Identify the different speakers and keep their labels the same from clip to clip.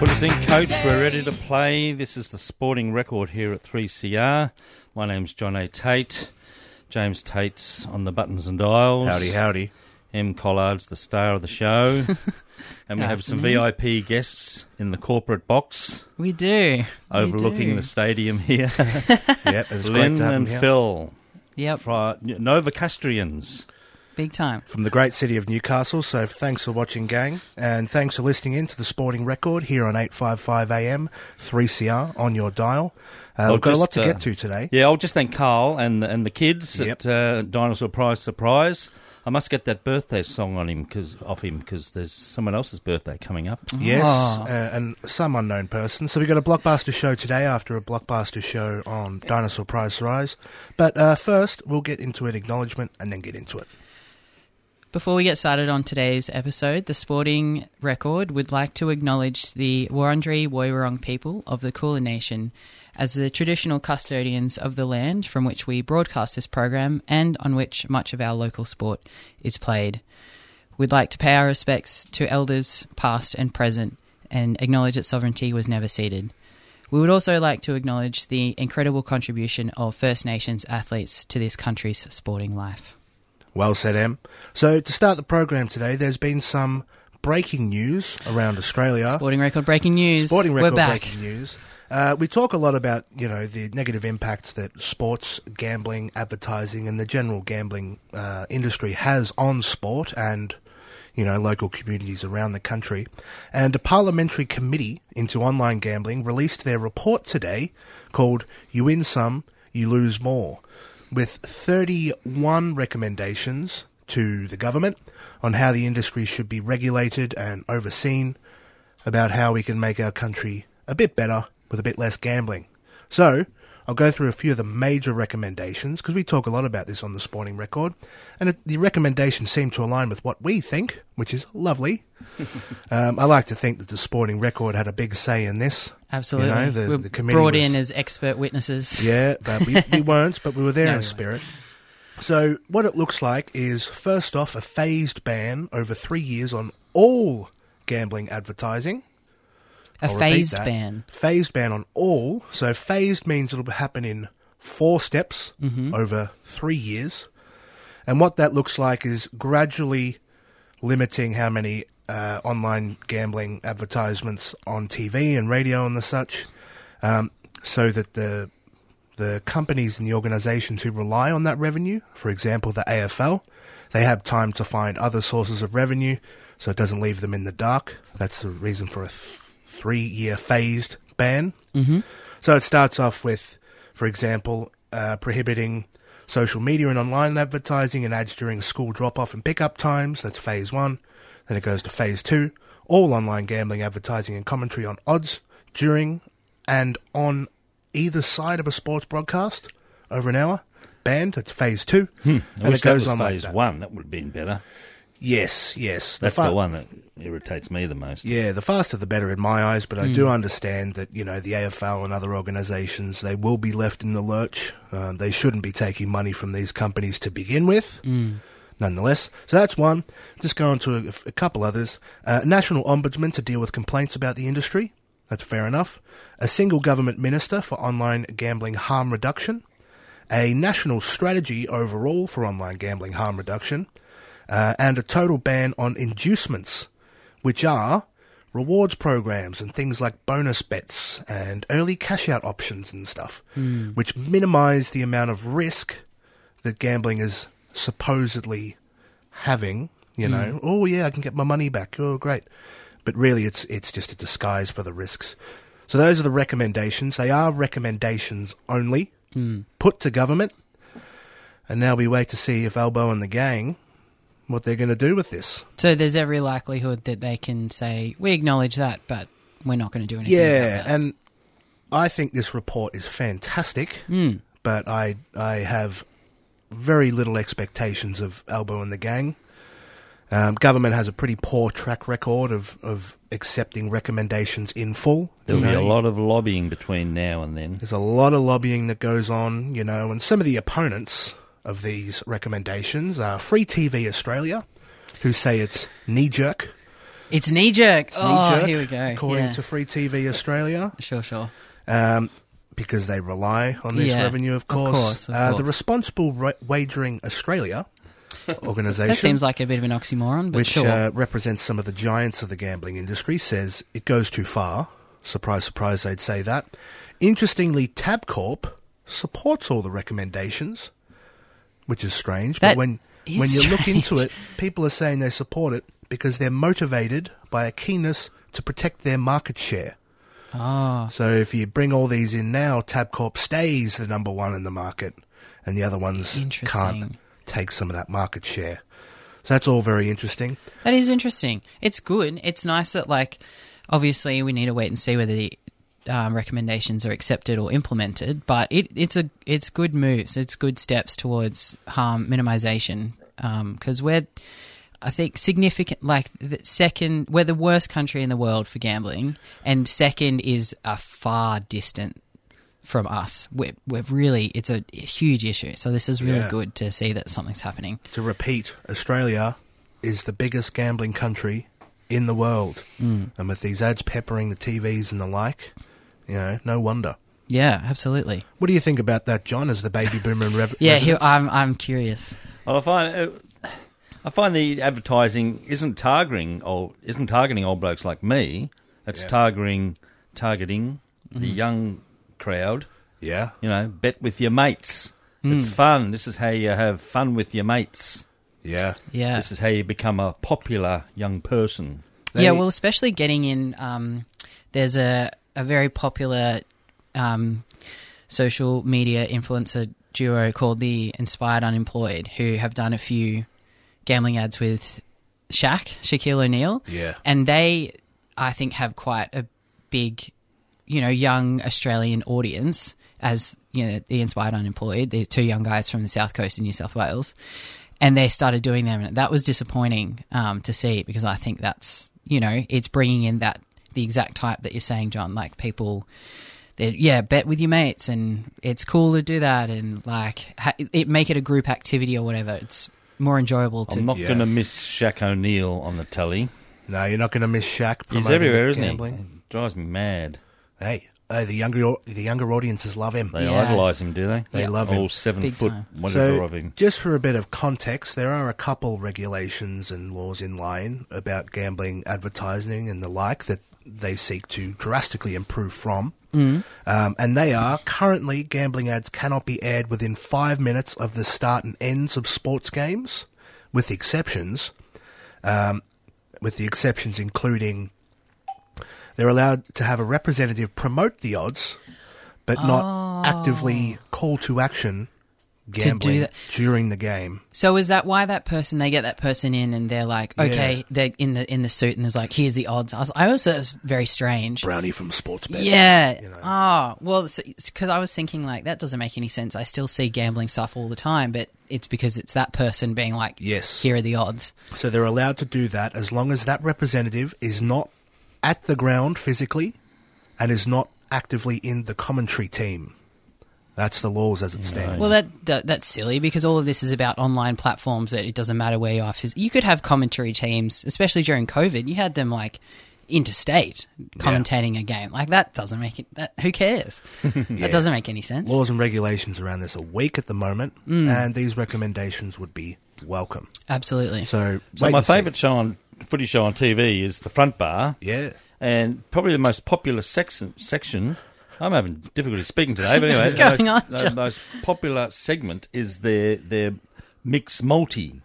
Speaker 1: Put us in, coach. We're ready to play. This is the sporting record here at 3CR. My name's John A. Tate. James Tate's on the buttons and dials.
Speaker 2: Howdy, howdy.
Speaker 1: M. Collard's the star of the show. and we have some VIP guests in the corporate box
Speaker 3: We do.
Speaker 1: overlooking the stadium here.
Speaker 2: Yep, it's great
Speaker 1: Lynn
Speaker 2: to have
Speaker 1: and
Speaker 2: him here.
Speaker 1: Phil.
Speaker 3: Yep.
Speaker 1: Fri- Nova Castrians.
Speaker 3: Big time.
Speaker 2: From the great city of Newcastle, so thanks for watching, gang. And thanks for listening in to the Sporting Record here on 855 AM, 3CR on your dial. Uh,
Speaker 1: Well,
Speaker 2: we've got a lot
Speaker 1: just,
Speaker 2: to
Speaker 1: uh,
Speaker 2: get to today.
Speaker 1: Yeah, I'll just thank Carl and and the kids
Speaker 2: Yep.
Speaker 1: at uh, Dinosaur Prize Surprise. I must get that birthday song on him cause, off him because there's someone else's birthday coming up.
Speaker 2: Yes,
Speaker 3: Ah.
Speaker 2: uh, and some unknown person. So we've got a blockbuster show today after a blockbuster show on Dinosaur Prize Rise. But uh, first, we'll get into an acknowledgement and then get into it.
Speaker 3: Before we get started on today's episode, the Sporting Record would like to acknowledge the Wurundjeri Woiwurrung people of the Kulin Nation as the traditional custodians of the land from which we broadcast this program and on which much of our local sport is played. We'd like to pay our respects to elders past and present and acknowledge that sovereignty was never ceded. We would also like to acknowledge the incredible contribution of First Nations athletes to this country's sporting life.
Speaker 2: Well said, Em. So to start the program today, there's been some breaking news around Australia.
Speaker 3: Sporting record breaking news.
Speaker 2: Sporting
Speaker 3: We're
Speaker 2: record
Speaker 3: back.
Speaker 2: breaking news. Uh, we talk a lot about you know the negative impacts that sports gambling, advertising, and the general gambling uh, industry has on sport and you know local communities around the country. And a parliamentary committee into online gambling released their report today called "You Win Some, You Lose More," with 31 recommendations to the government on how the industry should be regulated and overseen about how we can make our country a bit better with a bit less gambling. So, I'll go through a few of the major recommendations because we talk a lot about this on the Sporting Record, and it, the recommendations seem to align with what we think, which is lovely. um, I like to think that the Sporting Record had a big say in this.
Speaker 3: Absolutely.
Speaker 2: you know, the,
Speaker 3: We're
Speaker 2: the committee
Speaker 3: brought
Speaker 2: was-
Speaker 3: in as expert witnesses.
Speaker 2: yeah, but we, we weren't, but we were there
Speaker 3: No,
Speaker 2: in
Speaker 3: we
Speaker 2: spirit. So, what it looks like is first off, a phased ban over three years on all gambling advertising.
Speaker 3: A
Speaker 2: I'll repeat
Speaker 3: phased
Speaker 2: that.
Speaker 3: ban.
Speaker 2: Phased ban on all. So phased means it'll happen in four steps over three years. And what that looks like is gradually limiting how many uh, online gambling advertisements on TV and radio and the such, um, so that the the companies and the organisations who rely on that revenue, for example, the AFL, they have time to find other sources of revenue, so it doesn't leave them in the dark. That's the reason for a th- three-year phased ban. Mm-hmm. So it starts off with, for example, uh, prohibiting social media and online advertising and ads during school drop off and pick up times. That's phase one. Then it goes to phase two all online gambling advertising and commentary on odds during and on either side of a sports broadcast over an hour. Banned. That's phase two.
Speaker 1: Hmm. I wish that was phase one. That would have been better.
Speaker 2: Yes, yes.
Speaker 1: That's
Speaker 2: fi-
Speaker 1: the one that irritates me the most.
Speaker 2: Yeah, the faster the better in my eyes, but I do understand that, you know, the AFL and other organisations, they will be left in the lurch. Uh, they shouldn't be taking money from these companies to begin with, nonetheless. So that's one. Just going to a, a couple others. Uh, National Ombudsman to deal with complaints about the industry. That's fair enough. A single government minister for online gambling harm reduction. A national strategy overall for online gambling harm reduction uh, and a total ban on inducements, which are rewards programs and things like bonus bets and early cash out options and stuff, which minimize the amount of risk that gambling is supposedly having You know, oh yeah, I can get my money back. Oh great, but really, it's it's just a disguise for the risks. So those are the recommendations. They are recommendations only, put to government. And now we wait to see if Elbow and the gang what they're going to do with this.
Speaker 3: So there's every likelihood that they can say, we acknowledge that, but we're not going to do anything
Speaker 2: Yeah, uh,
Speaker 3: about that.
Speaker 2: and I think this report is fantastic,
Speaker 3: Hmm.
Speaker 2: but I I have very little expectations of Albo and the gang. Um, government has a pretty poor track record of, of accepting recommendations in full.
Speaker 3: Oh,
Speaker 1: There'll
Speaker 2: you
Speaker 1: be a
Speaker 2: know.
Speaker 1: lot of lobbying between now and then.
Speaker 2: There's a lot of lobbying that goes on, you know, and some of the opponents of these recommendations are Free TV Australia, who say it's knee jerk.
Speaker 3: It's knee jerk. Oh,
Speaker 2: knee-jerk,
Speaker 3: here we go.
Speaker 2: According
Speaker 3: Yeah.
Speaker 2: to Free TV Australia.
Speaker 3: Sure, sure.
Speaker 2: um, because they rely on this
Speaker 3: Yeah,
Speaker 2: revenue, of
Speaker 3: of
Speaker 2: course.
Speaker 3: course, of
Speaker 2: uh, The
Speaker 3: course.
Speaker 2: Responsible Ra- Wagering Australia organisation,
Speaker 3: That seems like a bit of an oxymoron, but
Speaker 2: which
Speaker 3: sure.
Speaker 2: uh, represents some of the giants of the gambling industry, says it goes too far. Surprise, surprise, they'd say that. Interestingly, Tabcorp supports all the recommendations, which is strange.
Speaker 3: That
Speaker 2: but when
Speaker 3: is
Speaker 2: when you look into
Speaker 3: strange.
Speaker 2: it, people are saying they support it because they're motivated by a keenness to protect their market share.
Speaker 3: oh,
Speaker 2: So if you bring all these in now, Tabcorp stays the number one in the market, and the other ones can't
Speaker 3: Interesting.
Speaker 2: take some of that market share. So that's all very interesting.
Speaker 3: that is interesting. It's good. It's nice that, like, obviously we need to wait and see whether the um, recommendations are accepted or implemented. But it, it's a it's good moves. It's good steps towards harm minimization because we're, I think, significant. Like the second, we're the worst country in the world for gambling, and second is a far distant from us. We're, we're really it's a huge issue. So this is really
Speaker 2: Yeah.
Speaker 3: good to see that something's happening.
Speaker 2: To repeat, Australia is the biggest gambling country in the world,
Speaker 3: Hmm.
Speaker 2: mm. and with these ads peppering the TVs and the like, you know, no wonder.
Speaker 3: Yeah, absolutely.
Speaker 2: What do you think about that, John? As the baby boomer and rev-
Speaker 3: Yeah, he,
Speaker 2: residents?
Speaker 3: I'm I'm curious.
Speaker 1: Well, I find uh, I find the advertising isn't targeting old isn't targeting old blokes like me. It's targeting targeting the young crowd.
Speaker 2: yeah,
Speaker 1: You know, bet with your mates.
Speaker 2: Hmm.
Speaker 1: It's fun. This is how you have fun with your mates.
Speaker 2: yeah,
Speaker 3: Yeah,
Speaker 1: This is how you become a popular young person.
Speaker 2: They-
Speaker 3: yeah. Well, especially getting in. Um, there's a a very popular um, social media influencer duo called the Inspired Unemployed, who have done a few gambling ads with Shaq, Shaquille O'Neal.
Speaker 2: Yeah.
Speaker 3: and they, I think, have quite a big, you know, young Australian audience as you know the Inspired Unemployed. These two young guys from the south coast of New South Wales. and they started doing them. And that was disappointing um, to see because I think that's you know it's bringing in that the exact type that you're saying, John. Like people, they yeah, bet with your mates, and it's cool to do that, and like ha- it make it a group activity or whatever. It's more enjoyable to
Speaker 1: I'm not
Speaker 2: Yeah.
Speaker 1: going to miss Shaq O'Neal on the telly.
Speaker 2: no, you're not going to miss Shaq.
Speaker 1: He's
Speaker 2: promoting
Speaker 1: everywhere, isn't
Speaker 2: gambling.
Speaker 1: he? It drives me mad.
Speaker 2: Hey, hey, the younger au- the younger audiences love him.
Speaker 1: They
Speaker 3: Yeah.
Speaker 1: idolise him, do they?
Speaker 2: They Yeah. love
Speaker 1: All
Speaker 2: him.
Speaker 1: seven
Speaker 3: Big
Speaker 1: foot
Speaker 3: time.
Speaker 1: whatever
Speaker 2: So,
Speaker 1: of him.
Speaker 2: just for a bit of context, there are a couple regulations and laws in line about gambling advertising and the like that they seek to drastically improve from. Um, and they are currently gambling ads cannot be aired within five minutes of the start and ends of sports games, with exceptions. Um, with the exceptions including they're allowed to have a representative promote the odds, but not actively call to action
Speaker 3: Oh. do
Speaker 2: gambling
Speaker 3: that.
Speaker 2: during the game.
Speaker 3: So is that why that person they get that person in and they're like okay
Speaker 2: Yeah.
Speaker 3: they're in the in the suit and there's like here's the odds. I, was, I also it was very strange.
Speaker 2: Brownie from Sportsbet.
Speaker 3: Yeah. Oh, well, because I was thinking, like, that doesn't make any sense. I still see gambling stuff all the time, but it's because it's that person being like,
Speaker 2: Yes.
Speaker 3: here are the odds.
Speaker 2: So they're allowed to do that as long as that representative is not at the ground physically and is not actively in the commentary team. That's the laws as it stands.
Speaker 3: Well, that, that that's silly because all of this is about online platforms that it doesn't matter where you are. phys- You could have commentary teams, especially during COVID. You had them, like, interstate commentating a game. Like, that doesn't make it, that, who cares? That doesn't make any sense.
Speaker 2: laws and regulations around this are weak at the moment,
Speaker 3: Mm.
Speaker 2: and these recommendations would be welcome.
Speaker 3: Absolutely.
Speaker 2: So,
Speaker 1: So
Speaker 2: wait
Speaker 1: my
Speaker 2: and see.
Speaker 1: favourite show on footy show on TV is the front bar,
Speaker 2: Yeah.
Speaker 1: and probably the most popular section. section I'm having difficulty speaking today, but anyway,
Speaker 3: What's going
Speaker 1: the, most,
Speaker 3: on,
Speaker 1: the
Speaker 3: John?
Speaker 1: most popular segment is their their mix multi.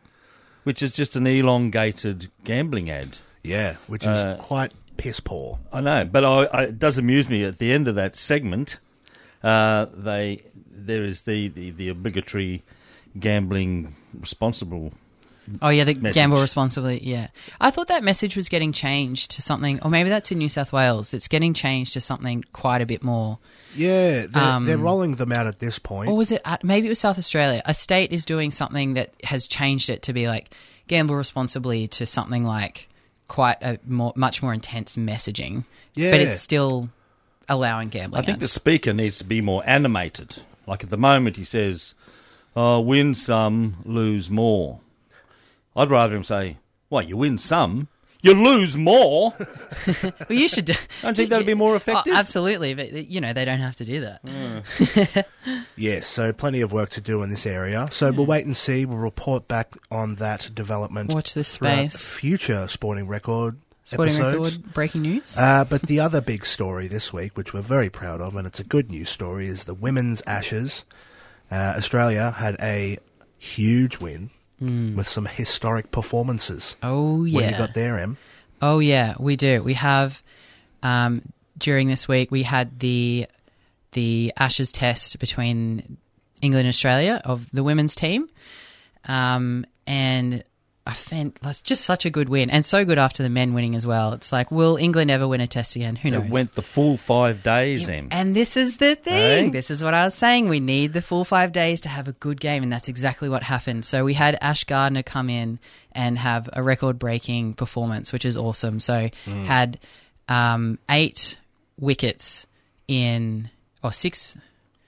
Speaker 1: which is just an elongated gambling ad.
Speaker 2: Yeah, which is
Speaker 1: Uh,
Speaker 2: quite piss poor.
Speaker 1: I know, but I, I, it does amuse me. At the end of that segment, uh, they there is the, the, the obligatory gambling responsible.
Speaker 3: Oh yeah, the
Speaker 1: Message.
Speaker 3: gamble responsibly. Yeah, I thought that message was getting changed to something, or maybe that's in New South Wales. It's getting changed to something quite a bit more.
Speaker 2: Yeah, they're, they're rolling them out at this point.
Speaker 3: Or Um, was it? uh, Maybe it was South Australia. A state is doing something that has changed it to be like gamble responsibly to something like quite a more, much more intense messaging.
Speaker 2: Yeah.
Speaker 3: but it's still allowing gambling.
Speaker 1: I think the
Speaker 3: ads.
Speaker 1: speaker needs to be more animated. Like at the moment, he says, oh, "Win some, lose more." I'd rather him say, "Well, you win some, you lose more."
Speaker 3: Well, you should. Do-
Speaker 1: Don't you think that'd be more
Speaker 3: Oh,
Speaker 1: effective. Mm.
Speaker 3: absolutely, but you know they don't have to do that.
Speaker 2: Yes, so plenty of work to do in this area. So we'll wait and see. We'll report back on that development.
Speaker 3: Watch this
Speaker 2: throughout
Speaker 3: space.
Speaker 2: Future sporting record
Speaker 3: Sporting
Speaker 2: episodes.
Speaker 3: record breaking news.
Speaker 2: Uh, but the other big story this week, which we're very proud of, and it's a good news story, is the women's Ashes. Uh, Australia had a huge win with some historic performances.
Speaker 3: Hmm. oh yeah.
Speaker 2: What do you got there, Em?
Speaker 3: Oh yeah, we do. We have um, during this week we had the the Ashes test between England and Australia of the women's team, um, and I fan- that's just such a good win, and so good after the men winning as well. It's like, will England ever win a test again? Who knows?
Speaker 1: It went the full five days. Em.
Speaker 3: And this is the thing.
Speaker 1: Hey?
Speaker 3: This is what I was saying. We need the full five days to have a good game, and that's exactly what happened. So we had Ash Gardner come in and have a record-breaking performance, which is awesome. So had um, eight wickets in or six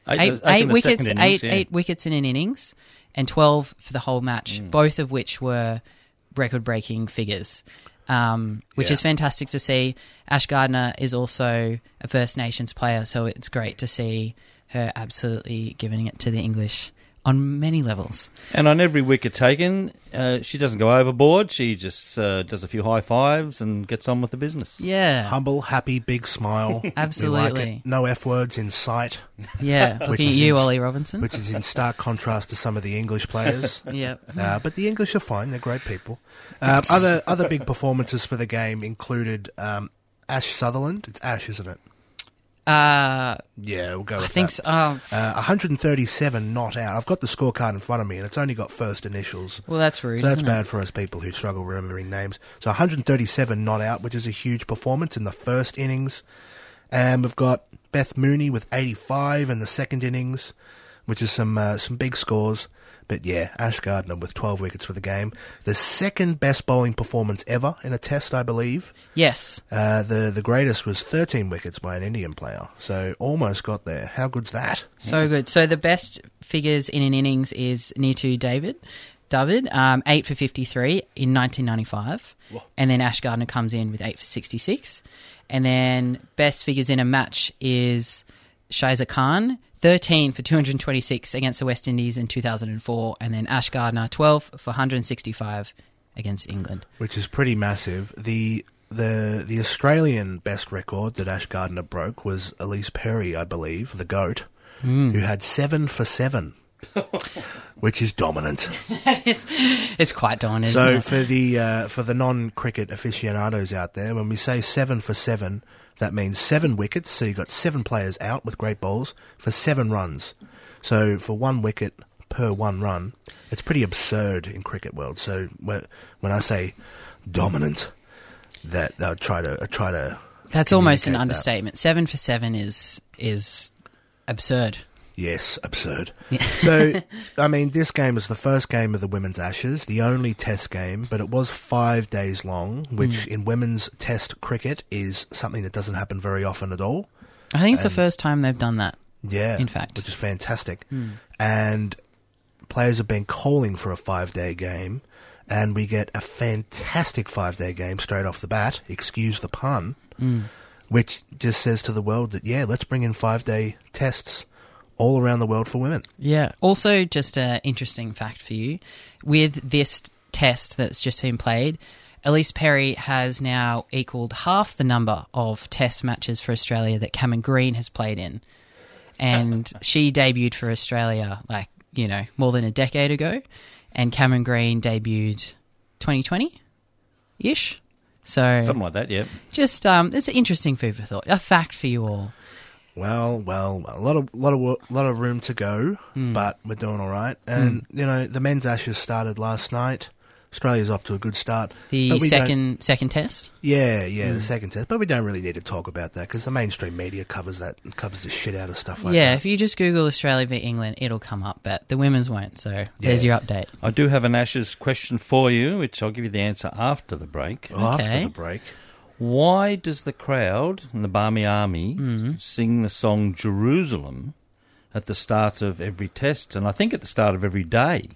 Speaker 3: eight,
Speaker 1: I
Speaker 3: eight
Speaker 1: think the
Speaker 3: wickets,
Speaker 1: second innings,
Speaker 3: eight,
Speaker 1: yeah.
Speaker 3: eight wickets in an innings, and twelve for the whole match.
Speaker 2: Mm.
Speaker 3: Both of which were record-breaking figures, um, which
Speaker 2: Yeah.
Speaker 3: is fantastic to see. Ash Gardner is also a First Nations player, so it's great to see her absolutely giving it to the English on many levels.
Speaker 1: And on every wicket taken, uh, she doesn't go overboard. She just uh, does a few high fives and gets on with the business.
Speaker 3: Yeah,
Speaker 2: Humble, happy, big smile. We like it.
Speaker 3: Absolutely.
Speaker 2: No F words in sight,
Speaker 3: yeah.
Speaker 2: Which
Speaker 3: Looking at
Speaker 2: is
Speaker 3: you,
Speaker 2: ins-
Speaker 3: Ollie Robinson.
Speaker 2: which is in stark contrast to some of the English players.
Speaker 3: yeah.
Speaker 2: Uh, but the English are fine; they're great people. Um, other other big performances for the game included um, Ash Sutherland. It's Ash, isn't it?
Speaker 3: Uh,
Speaker 2: Yeah, we'll go. With
Speaker 3: I think.
Speaker 2: that.
Speaker 3: So, oh,
Speaker 2: Uh, 137 not out. I've got the scorecard in front of me, and it's only got first initials.
Speaker 3: well, that's rude.
Speaker 2: So that's
Speaker 3: isn't
Speaker 2: bad
Speaker 3: It?
Speaker 2: for us people who struggle remembering names. So 137 not out, which is a huge performance in the first innings. And we've got Beth Mooney with 85 in the second innings, which is some uh, some big scores. But yeah, Ash Gardner with 12 wickets for the game. The second best bowling performance ever in a test, I believe.
Speaker 3: Yes.
Speaker 2: Uh, the the greatest was 13 wickets by an Indian player. So almost got there. How good's that?
Speaker 3: So good. So the best figures in an innings is Neetu David, David, um, eight for fifty-three in nineteen ninety-five, and then Ash Gardner comes in with eight for sixty-six, and then best figures in a match is Shiza Khan. 13 for 226 against the West Indies in 2004, and then Ash Gardner 12 for 165 against England.
Speaker 2: which is pretty massive. The the the Australian best record that Ash Gardner broke was Elise Perry, I believe, the goat, who had seven for seven, which is dominant.
Speaker 3: it's, it's quite daunting.
Speaker 2: so
Speaker 3: isn't it?
Speaker 2: for the uh, for the non cricket aficionados out there, when we say seven for seven, that means seven wickets. So you got seven players out with great bowls for seven runs. So for one wicket per one run, it's pretty absurd in cricket world. So when when I say dominant, that I'll try to I try to
Speaker 3: That's almost an
Speaker 2: communicate that.
Speaker 3: understatement. Seven for seven is is absurd.
Speaker 2: Yes, absurd. so, I mean, this game was the first game of the Women's Ashes, the only test game, but it was five days long, which
Speaker 3: Hmm.
Speaker 2: in women's test cricket is something that doesn't happen very often at all.
Speaker 3: I think
Speaker 2: Um,
Speaker 3: it's the first time they've done that.
Speaker 2: Yeah.
Speaker 3: In fact. Hmm.
Speaker 2: Which is fantastic. And players have been calling for a five day game, and we get a fantastic five day game straight off the bat, excuse the pun,
Speaker 3: Hmm.
Speaker 2: which just says to the world that, yeah, let's bring in five day tests all around the world for women.
Speaker 3: Yeah. Also, just an interesting fact for you with this test that's just been played, Elise Perry has now equalled half the number of test matches for Australia that Cameron Green has played in. And she debuted for Australia, like, you know, more than a decade ago. And Cameron Green debuted 2020 ish. So
Speaker 1: Something like that, yeah.
Speaker 3: just um, it's an interesting food for thought, a fact for you all.
Speaker 2: Well, well, well, a lot of lot of wo- lot of room to go,
Speaker 3: Hmm.
Speaker 2: but we're doing all right. And you know, the men's ashes started last night. Australia's off to a good start.
Speaker 3: The
Speaker 2: But we don't-
Speaker 3: second Hmm. second test.
Speaker 2: yeah, yeah, the second test. But we don't really need to talk about that because the mainstream media covers that covers the shit out of stuff like
Speaker 3: yeah,
Speaker 2: that.
Speaker 3: if you just Google Australia v England, it'll come up, but the women's won't. So there's your update.
Speaker 1: I do have an Ashes question for you, which I'll give you the answer after the break.
Speaker 2: After
Speaker 3: okay.
Speaker 2: the break,
Speaker 1: Why does the crowd and the Barmy Army
Speaker 2: Mm-hmm.
Speaker 1: sing the song Jerusalem at the start of every test and I think at the start of every day?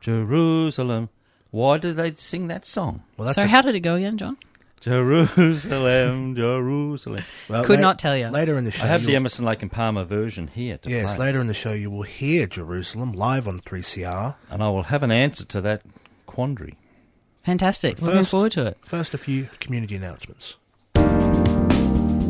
Speaker 1: Jerusalem. Why do they sing that song?
Speaker 2: well, that's
Speaker 3: so
Speaker 2: a-
Speaker 3: how did it go again, John?
Speaker 1: Jerusalem, Jerusalem.
Speaker 2: well,
Speaker 3: could
Speaker 2: la-
Speaker 3: not tell you.
Speaker 2: Later in the show,
Speaker 1: I have the
Speaker 2: you'll-
Speaker 1: Emerson, Lake and Palmer version here to
Speaker 2: yes.
Speaker 1: play,
Speaker 2: Later in the show, you will hear Jerusalem live on 3CR.
Speaker 1: and I will have an answer to that quandary.
Speaker 3: Fantastic. Looking
Speaker 2: First-
Speaker 3: forward to it.
Speaker 2: First, a few community announcements.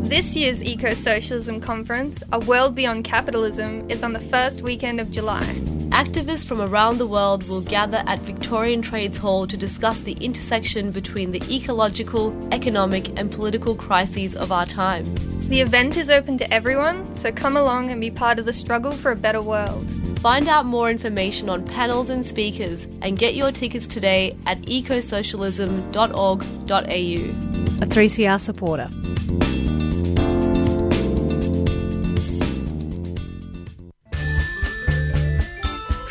Speaker 4: This year's Eco Socialism Conference, A World Beyond Capitalism, is on the first weekend of July.
Speaker 5: Activists from around the world will gather at Victorian Trades Hall to discuss the intersection between the ecological, economic, and political crises of our time.
Speaker 4: The event is open to everyone, so come along and be part of the struggle for a better world.
Speaker 5: Find out more information on panels and speakers and get your tickets today at ecosocialism.org.au.
Speaker 6: a 3CR supporter.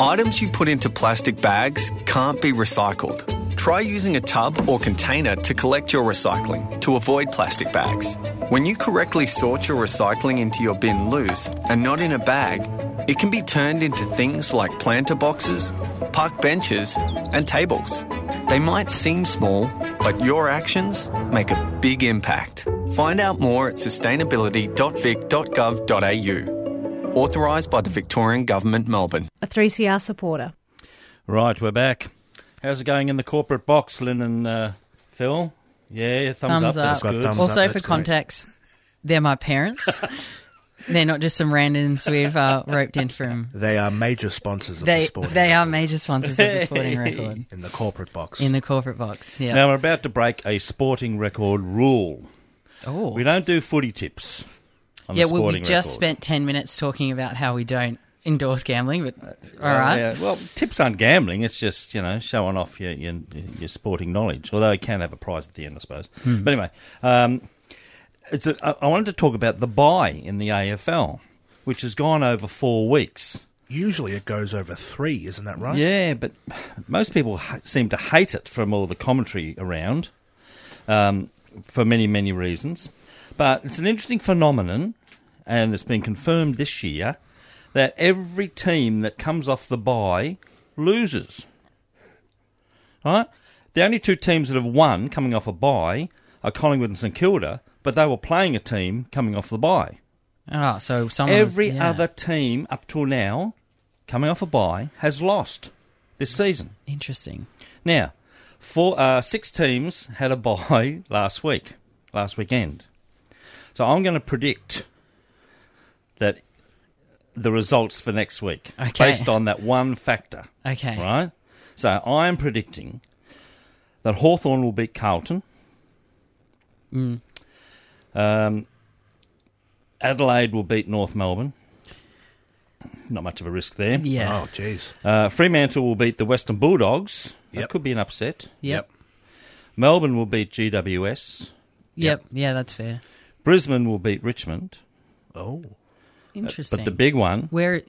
Speaker 7: Items you put into plastic bags can't be recycled. Try using a tub or container to collect your recycling to avoid plastic bags. When you correctly sort your recycling into your bin loose and not in a bag, it can be turned into things like planter boxes, park benches, and tables. They might seem small, but your actions make a big impact. Find out more at sustainability.vic.gov.au. Authorised by the Victorian Government, Melbourne.
Speaker 6: A 3CR supporter.
Speaker 1: Right, we're back. How's it going in the corporate box, Lynn and uh, Phil? Yeah, thumbs,
Speaker 3: Thumbs
Speaker 1: up. That's
Speaker 3: up.
Speaker 1: good.
Speaker 2: Got thumbs
Speaker 3: also,
Speaker 2: up,
Speaker 3: for
Speaker 2: that's right.
Speaker 3: context, they're my parents. they're not just some randoms we've uh, roped in from.
Speaker 2: They are major sponsors of the
Speaker 3: They
Speaker 2: sporting
Speaker 3: they are major sponsors of the Sporting Record
Speaker 2: in the corporate box.
Speaker 3: in the corporate box. Yeah.
Speaker 1: Now we're about to break a sporting record rule.
Speaker 3: oh.
Speaker 1: We don't do footy tips. On
Speaker 3: yeah,
Speaker 1: the
Speaker 3: well, we
Speaker 1: sporting
Speaker 3: just
Speaker 1: record.
Speaker 3: spent 10 minutes talking about how we don't endorse gambling, but all
Speaker 1: Uh, Well,
Speaker 3: right.
Speaker 1: yeah, well, tips aren't gambling. It's just you know showing off your your, your sporting knowledge. Although you can have a prize at the end, I suppose.
Speaker 3: Hmm.
Speaker 1: But anyway, um, it's a, I I wanted to talk about the buy in the AFL, which has gone over four weeks.
Speaker 2: Usually it goes over three, isn't that right?
Speaker 1: Yeah, but most people ha- seem to hate it from all the commentary around um, for many, many reasons. But it's an interesting phenomenon, and it's been confirmed this year that every team that comes off the bye loses. Right? The only two teams that have won coming off a bye are Collingwood and St Kilda, but they were playing a team coming off the bye.
Speaker 3: Oh, so someone was-
Speaker 1: Every
Speaker 3: yeah.
Speaker 1: other team up till now, coming off a bye, has lost this season.
Speaker 3: Interesting.
Speaker 1: Now, four, uh, six teams had a bye last week, last weekend. So I'm going to predict that the results for next week,
Speaker 3: Okay.
Speaker 1: based on that one factor.
Speaker 3: Okay.
Speaker 1: Right? So I am predicting that Hawthorn will beat Carlton.
Speaker 3: Mm.
Speaker 1: Um, Adelaide will beat North Melbourne. Not much of a risk there.
Speaker 3: Yeah.
Speaker 2: Oh, jeez.
Speaker 1: Uh, Fremantle will beat the Western Bulldogs. That
Speaker 2: Yep.
Speaker 1: could be an upset.
Speaker 3: Yep.
Speaker 1: Melbourne will beat GWS.
Speaker 3: Yep. Yeah, that's
Speaker 1: Uh,
Speaker 3: fair.
Speaker 1: Brisbane will beat Richmond.
Speaker 2: Oh,
Speaker 3: Interesting.
Speaker 1: But the big one,
Speaker 3: Where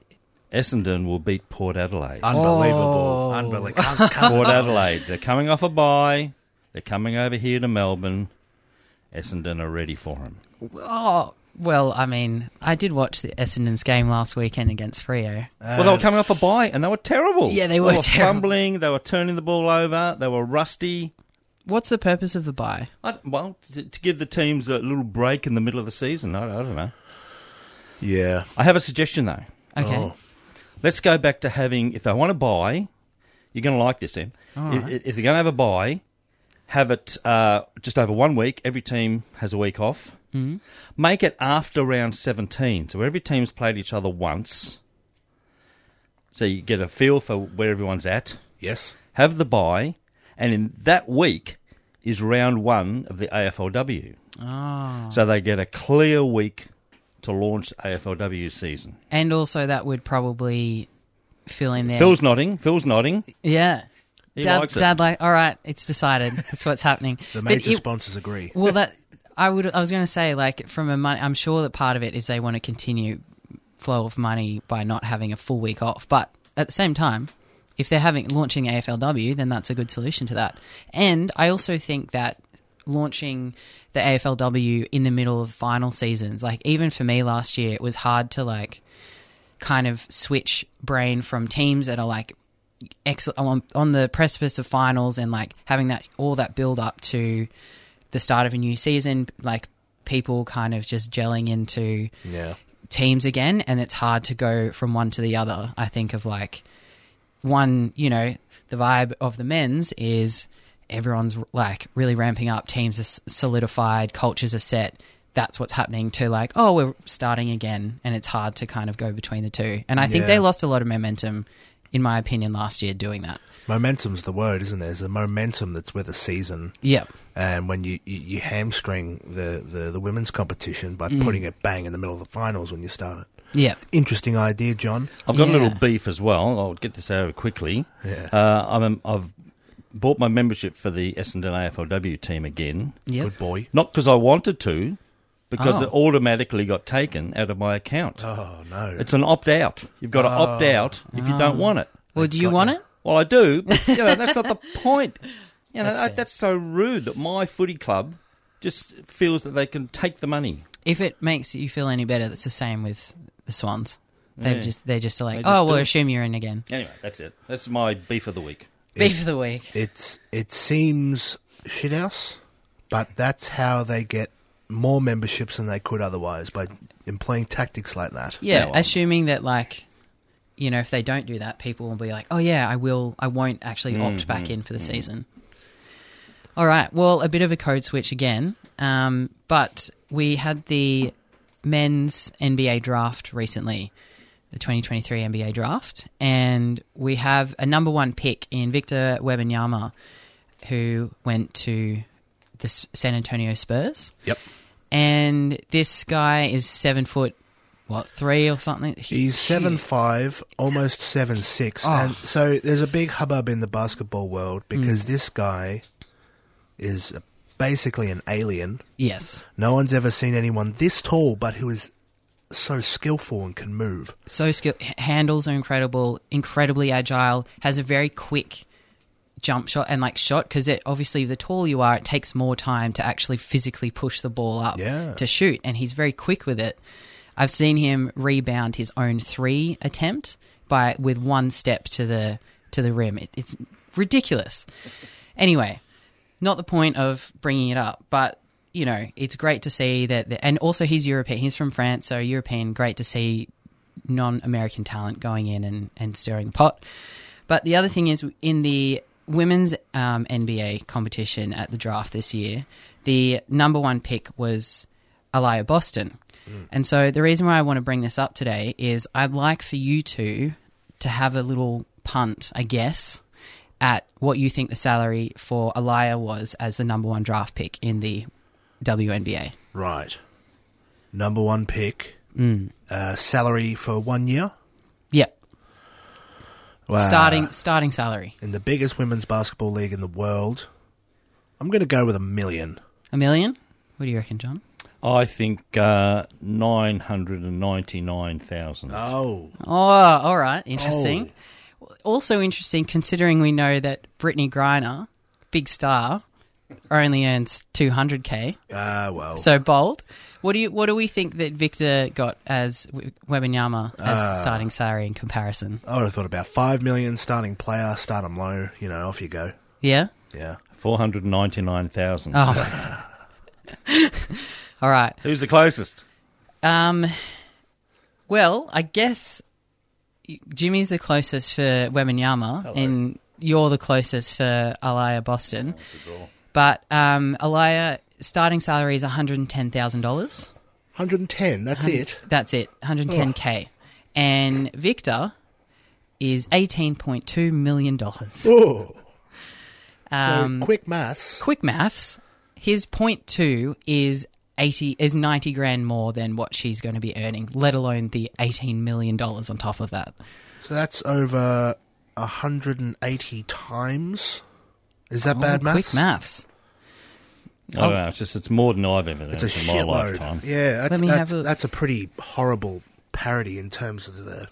Speaker 1: Essendon will beat Port Adelaide.
Speaker 3: Ah.
Speaker 2: unbelievable! Unbelievable. Can't- can't-
Speaker 1: Port Adelaide. They're coming off a bye. They're coming over here to Melbourne. Essendon are ready for them.
Speaker 3: oh, Well, I mean, I did watch the Essendon's game last weekend against Frio.
Speaker 1: well, they were coming off a bye and they were terrible.
Speaker 3: Yeah, they were
Speaker 1: They were
Speaker 3: terrible.
Speaker 1: fumbling. They were turning the ball over. They were rusty.
Speaker 3: What's the purpose of the bye?
Speaker 1: I, well, to, to give the teams a little break in the middle of the season. I, I don't know.
Speaker 2: Yeah.
Speaker 1: I have a suggestion though.
Speaker 3: Okay.
Speaker 2: Oh.
Speaker 1: Let's go back to having. If they want to buy, you're going to like this, Em.
Speaker 3: All
Speaker 1: If,
Speaker 3: right.
Speaker 1: if they're going to have a buy, have it uh, just over one week. Every team has a week off.
Speaker 3: Mhm.
Speaker 1: Make it after round 17, so every team's played each other once. So you get a feel for where everyone's at.
Speaker 2: Yes.
Speaker 1: Have the buy, and in that week is round one of the AFLW.
Speaker 3: Oh.
Speaker 1: So they get a clear week to launch AFLW season.
Speaker 3: And also, that would probably fill in there.
Speaker 1: Phil's nodding. Phil's nodding.
Speaker 3: yeah.
Speaker 1: He
Speaker 3: Dad,
Speaker 1: likes it.
Speaker 3: Dad, like, all right, it's decided. That's what's happening.
Speaker 2: The
Speaker 3: But
Speaker 2: major
Speaker 3: it-
Speaker 2: sponsors agree.
Speaker 3: well, that I would. I was going to say, like, from a money. I'm sure that part of it is they want to continue flow of money by not having a full week off. But at the same time, if they're having launching AFLW, then that's a good solution to that. And I also think that launching the AFLW in the middle of final seasons, like even for me last year, it was hard to like kind of switch brain from teams that are like ex- on, on the precipice of finals and like having that all that build up to the start of a new season, like people kind of just gelling into
Speaker 2: Yeah.
Speaker 3: teams again, and it's hard to go from one to the other. I think of like one, you know, the vibe of the men's is everyone's like really ramping up, teams are s- solidified, cultures are set. That's what's happening to like, oh, we're starting again, and it's hard to kind of go between the two. And I think they
Speaker 2: Yeah.
Speaker 3: lost a lot of momentum, in my opinion, last year doing that.
Speaker 2: Momentum's the word, isn't there? There's a momentum that's with a season.
Speaker 3: Yeah.
Speaker 2: And when you, you, you hamstring the, the, the women's competition by putting it bang in the middle of the finals when you start it.
Speaker 3: Yeah.
Speaker 2: Interesting idea, John.
Speaker 1: I've got a little
Speaker 3: Yeah.
Speaker 1: beef as well. I'll get this over quickly.
Speaker 2: Yeah.
Speaker 1: Uh, I'm, I've bought my membership for the Essendon AFLW team again.
Speaker 3: Yeah.
Speaker 2: Good boy.
Speaker 1: Not because I wanted to, because
Speaker 3: Oh.
Speaker 1: it automatically got taken out of my account.
Speaker 2: Oh, no.
Speaker 1: It's an opt out. You've got to opt out if you don't want it.
Speaker 3: Well, do you want it?
Speaker 1: Well, I do, but you know, that's not the point. You know, that, that's so rude that my footy club just feels that they can take the money.
Speaker 3: If it makes you feel any better, that's the same with the Swans. They've
Speaker 1: Yeah.
Speaker 3: just they're just like,
Speaker 1: They just
Speaker 3: oh,
Speaker 1: do
Speaker 3: we'll
Speaker 1: it."
Speaker 3: assume you're in again.
Speaker 1: Anyway, that's it. That's my beef of the week.
Speaker 3: Beef of the week.
Speaker 2: It's it seems shithouse, but that's how they get more memberships than they could otherwise by employing tactics like that.
Speaker 3: Yeah,
Speaker 1: Yeah, well-
Speaker 3: assuming that like you know, if they don't do that, people will be like, "Oh yeah, I will. I won't actually
Speaker 1: Mm,
Speaker 3: opt back in for the season." All right. Well, a bit of a code switch again, um, but we had the men's NBA draft recently, the 2023 NBA draft, and we have a number one pick in Victor Wembanyama, who went to the S- San Antonio Spurs
Speaker 2: Yep.
Speaker 3: and this guy is seven foot, what three or something?
Speaker 2: He's seven five, almost seven six,
Speaker 3: Oh.
Speaker 2: and so there's a big hubbub in the basketball world because
Speaker 3: Mm.
Speaker 2: this guy is basically an alien.
Speaker 3: Yes,
Speaker 2: No one's ever seen anyone this tall, but who is so skillful and can move.
Speaker 3: so skill h- handles are incredible, incredibly agile. Has a very quick jump shot and like shot because it obviously the taller you are, it takes more time to actually physically push the ball up
Speaker 2: Yeah.
Speaker 3: to shoot, and he's very quick with it. I've seen him rebound his own three attempt by with one step to the to the rim. It, it's ridiculous. Anyway, not the point of bringing it up, but you know, it's great to see that. The, and also, he's European. He's from France, so European. Great to see non-American talent going in and and stirring the pot. But the other thing is in the women's um, NBA competition at the draft this year, the number one pick was Aliyah Boston. And so the reason why I want to bring this up today is I'd like for you two to have a little punt, I guess, at what you think the salary for Aliyah was as the number one draft pick in the WNBA.
Speaker 2: Right. Number one pick.
Speaker 3: Mm.
Speaker 2: Uh, salary for one year.
Speaker 3: Yep.
Speaker 2: Wow.
Speaker 3: Starting starting salary.
Speaker 2: in the biggest women's basketball league in the world. I'm going to go with a million.
Speaker 3: A million? What do you reckon, John?
Speaker 1: I think uh, 999,000.
Speaker 2: Oh,
Speaker 3: Oh, all right. Interesting. Also interesting, considering we know that Brittany Griner, big star, only earns 200k.
Speaker 2: Ah, well.
Speaker 3: So bold. What do you? What do we think that Victor got as W- Webinyama as
Speaker 2: Ah.
Speaker 3: starting salary in comparison?
Speaker 2: I would have thought about five million starting player, start 'em low. You know, off you go.
Speaker 3: Yeah.
Speaker 2: Yeah.
Speaker 1: Four hundred ninety nine thousand.
Speaker 3: Oh. All right.
Speaker 1: Who's the closest?
Speaker 3: Um, well, I guess Jimmy's the closest for Weminyama, and you're the closest for Alaya Boston. But um, Alaya starting salary is one hundred and ten thousand dollars.
Speaker 2: One hundred and ten. That's it. Oh.
Speaker 3: That's it. One hundred and ten k. And Victor is eighteen point two million dollars.
Speaker 2: Oh. so
Speaker 3: Um,
Speaker 2: quick maths.
Speaker 3: quick maths. His point two is eighty is ninety grand more than what she's going to be earning, let alone the eighteen million dollars on top of that.
Speaker 2: So that's over hundred and eighty times. Is that
Speaker 3: Oh,
Speaker 2: bad maths?
Speaker 3: Quick maths.
Speaker 1: I don't know. It's just it's more than I've ever done
Speaker 2: It's a
Speaker 1: in my
Speaker 2: shitload.
Speaker 1: lifetime.
Speaker 2: Yeah, that's,
Speaker 3: Let me
Speaker 2: that's,
Speaker 3: have a-
Speaker 2: that's a pretty horrible parody in terms of the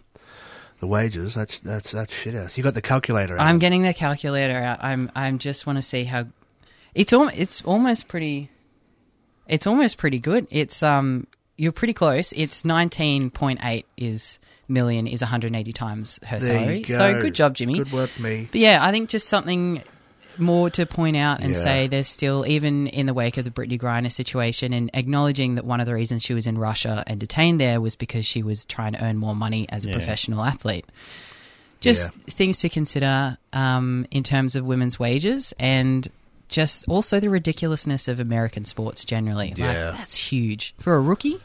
Speaker 2: the wages. That's that's that's shit ass. You got the calculator. out.
Speaker 3: I'm getting the calculator out. I'm I'm just want to see how it's al- it's almost pretty it's almost pretty good. It's um you're pretty close. It's 19.8 is million is 180 times her
Speaker 2: There you
Speaker 3: salary.
Speaker 2: go.
Speaker 3: E. So good job Jimmy.
Speaker 2: Good work, me.
Speaker 3: But yeah, I think just something more to point out and
Speaker 2: Yeah.
Speaker 3: say there's still, even in the wake of the Brittany Griner situation, and acknowledging that one of the reasons she was in Russia and detained there was because she was trying to earn more money as a
Speaker 1: Yeah.
Speaker 3: professional athlete. Just things to consider um, in terms of women's wages and just also the ridiculousness of American sports generally. Like,
Speaker 2: Yeah.
Speaker 3: that's huge. For a rookie,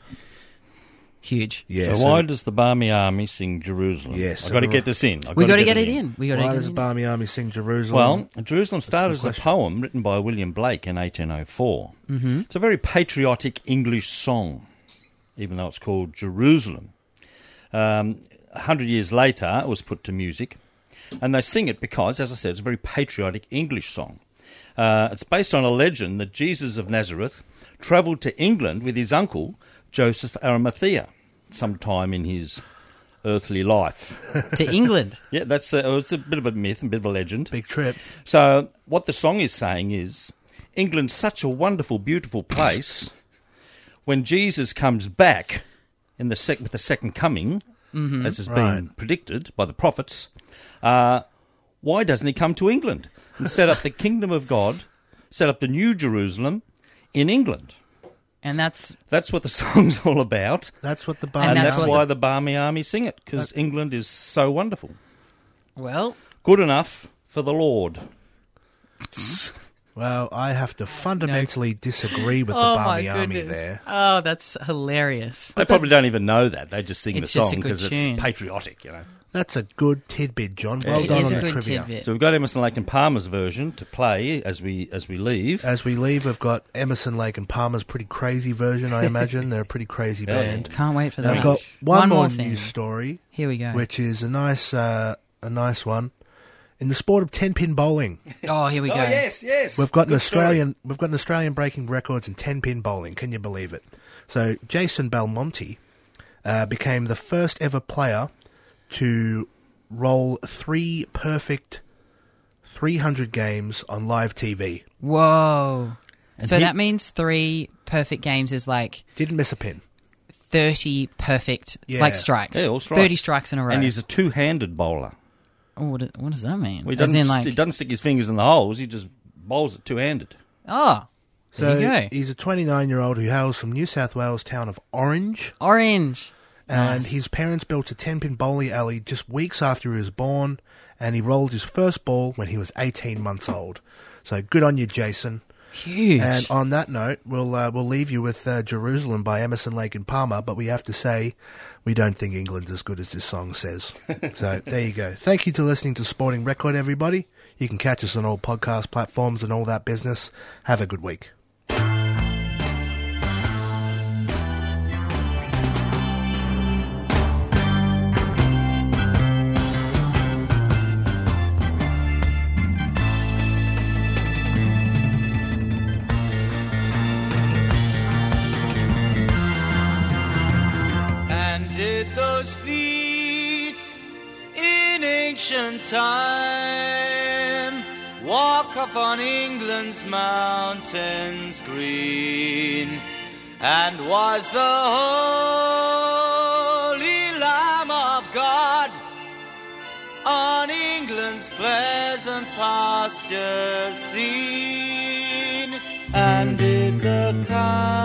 Speaker 3: huge.
Speaker 2: Yeah.
Speaker 1: so, why does the Barmy Army sing Jerusalem?
Speaker 2: Yes,
Speaker 1: I've got to
Speaker 2: so-
Speaker 1: get this in. I've
Speaker 3: we
Speaker 1: got
Speaker 3: got to get it in. We got to
Speaker 2: why
Speaker 3: get
Speaker 2: does
Speaker 3: it in.
Speaker 2: Barmy Army sing Jerusalem?
Speaker 1: Well, Jerusalem started as a
Speaker 2: question.
Speaker 1: poem written by William Blake in 1804. Mm-hmm. It's a very patriotic English song, even though it's called Jerusalem. Um, a hundred years later, it was put to music, and they sing it because, as I said, it's a very patriotic English song. Uh, it's based on a legend that Jesus of Nazareth travelled to England with his uncle, Joseph Arimathea, sometime in his earthly life.
Speaker 3: To England.
Speaker 1: Yeah, that's uh, it's a bit of a myth, a bit of a legend.
Speaker 2: big trip.
Speaker 1: So what the song is saying is, England's such a wonderful, beautiful place. when Jesus comes back in the sec- with the second coming, as has been
Speaker 2: Right.
Speaker 1: predicted by the prophets, uh, why doesn't he come to England and set up the kingdom of God, set up the new Jerusalem in England?
Speaker 3: And that's
Speaker 1: That's what the song's all about.
Speaker 2: That's what the
Speaker 3: And
Speaker 2: Barmy.
Speaker 1: And,
Speaker 3: that's
Speaker 1: that's,
Speaker 3: what
Speaker 1: why
Speaker 3: the-
Speaker 1: the Barmy Army sing it, because England is so wonderful.
Speaker 3: Well,
Speaker 1: Good enough for the Lord.
Speaker 2: well, I have to fundamentally disagree with the Barmy Army there.
Speaker 3: Oh, that's hilarious.
Speaker 1: They probably don't even know that. They just sing
Speaker 3: It's
Speaker 1: the
Speaker 3: just a
Speaker 1: song
Speaker 3: good
Speaker 1: because
Speaker 3: tune.
Speaker 1: it's patriotic, you know.
Speaker 2: That's a good tidbit, John. Well
Speaker 3: It
Speaker 2: done
Speaker 3: is
Speaker 2: on the
Speaker 3: a good
Speaker 2: trivia.
Speaker 3: tidbit.
Speaker 1: So we've got Emerson Lake and Palmer's version to play as we as we leave.
Speaker 2: As we leave, we've got Emerson Lake and Palmer's pretty crazy version. I imagine they're a pretty crazy
Speaker 1: Yeah.
Speaker 2: band.
Speaker 3: Can't wait for
Speaker 2: And
Speaker 3: that.
Speaker 2: I've got one, more news story.
Speaker 3: Here we go.
Speaker 2: which is a nice uh, a nice one. In the sport of ten pin bowling,
Speaker 3: oh, here we go.
Speaker 1: yes.
Speaker 2: we've got an Australian we've got an Australian breaking records in ten pin bowling. Can you believe it? So Jason Belmonte uh, became the first ever player to roll three perfect three hundred games on live TV.
Speaker 3: Whoa.
Speaker 1: And
Speaker 3: so
Speaker 1: he-
Speaker 3: that means three perfect games is like
Speaker 2: Didn't miss a pin.
Speaker 3: 30 perfect,
Speaker 2: Yeah.
Speaker 3: like strikes.
Speaker 1: Yeah, all strikes.
Speaker 3: 30 strikes in a row.
Speaker 1: And he's a two-handed bowler.
Speaker 3: oh, what, do- what does that mean?
Speaker 1: Well, he
Speaker 3: As
Speaker 1: doesn't
Speaker 3: in, like,
Speaker 1: he doesn't stick his fingers in the holes. He just bowls it two-handed.
Speaker 3: oh,
Speaker 2: So
Speaker 3: there you go.
Speaker 2: he's a 29 year old who hails from New South Wales town of Orange.
Speaker 3: Orange.
Speaker 2: and
Speaker 3: Nice.
Speaker 2: his parents built a 10 pin bowling alley just weeks after he was born and he rolled his first ball when he was 18 months old so good on you jason
Speaker 3: Huge.
Speaker 2: and on that note we'll uh, we'll leave you with uh, jerusalem by emerson lake and palmer but we have to say we don't think england's as good as this song says so there you go thank you to listening to sporting record everybody you can catch us on all podcast platforms and all that business have a good week
Speaker 8: And did those feet in ancient time
Speaker 1: Walk upon England's mountains green, and was the Holy Lamb of God on England's pleasant pastures seen, and did the kind.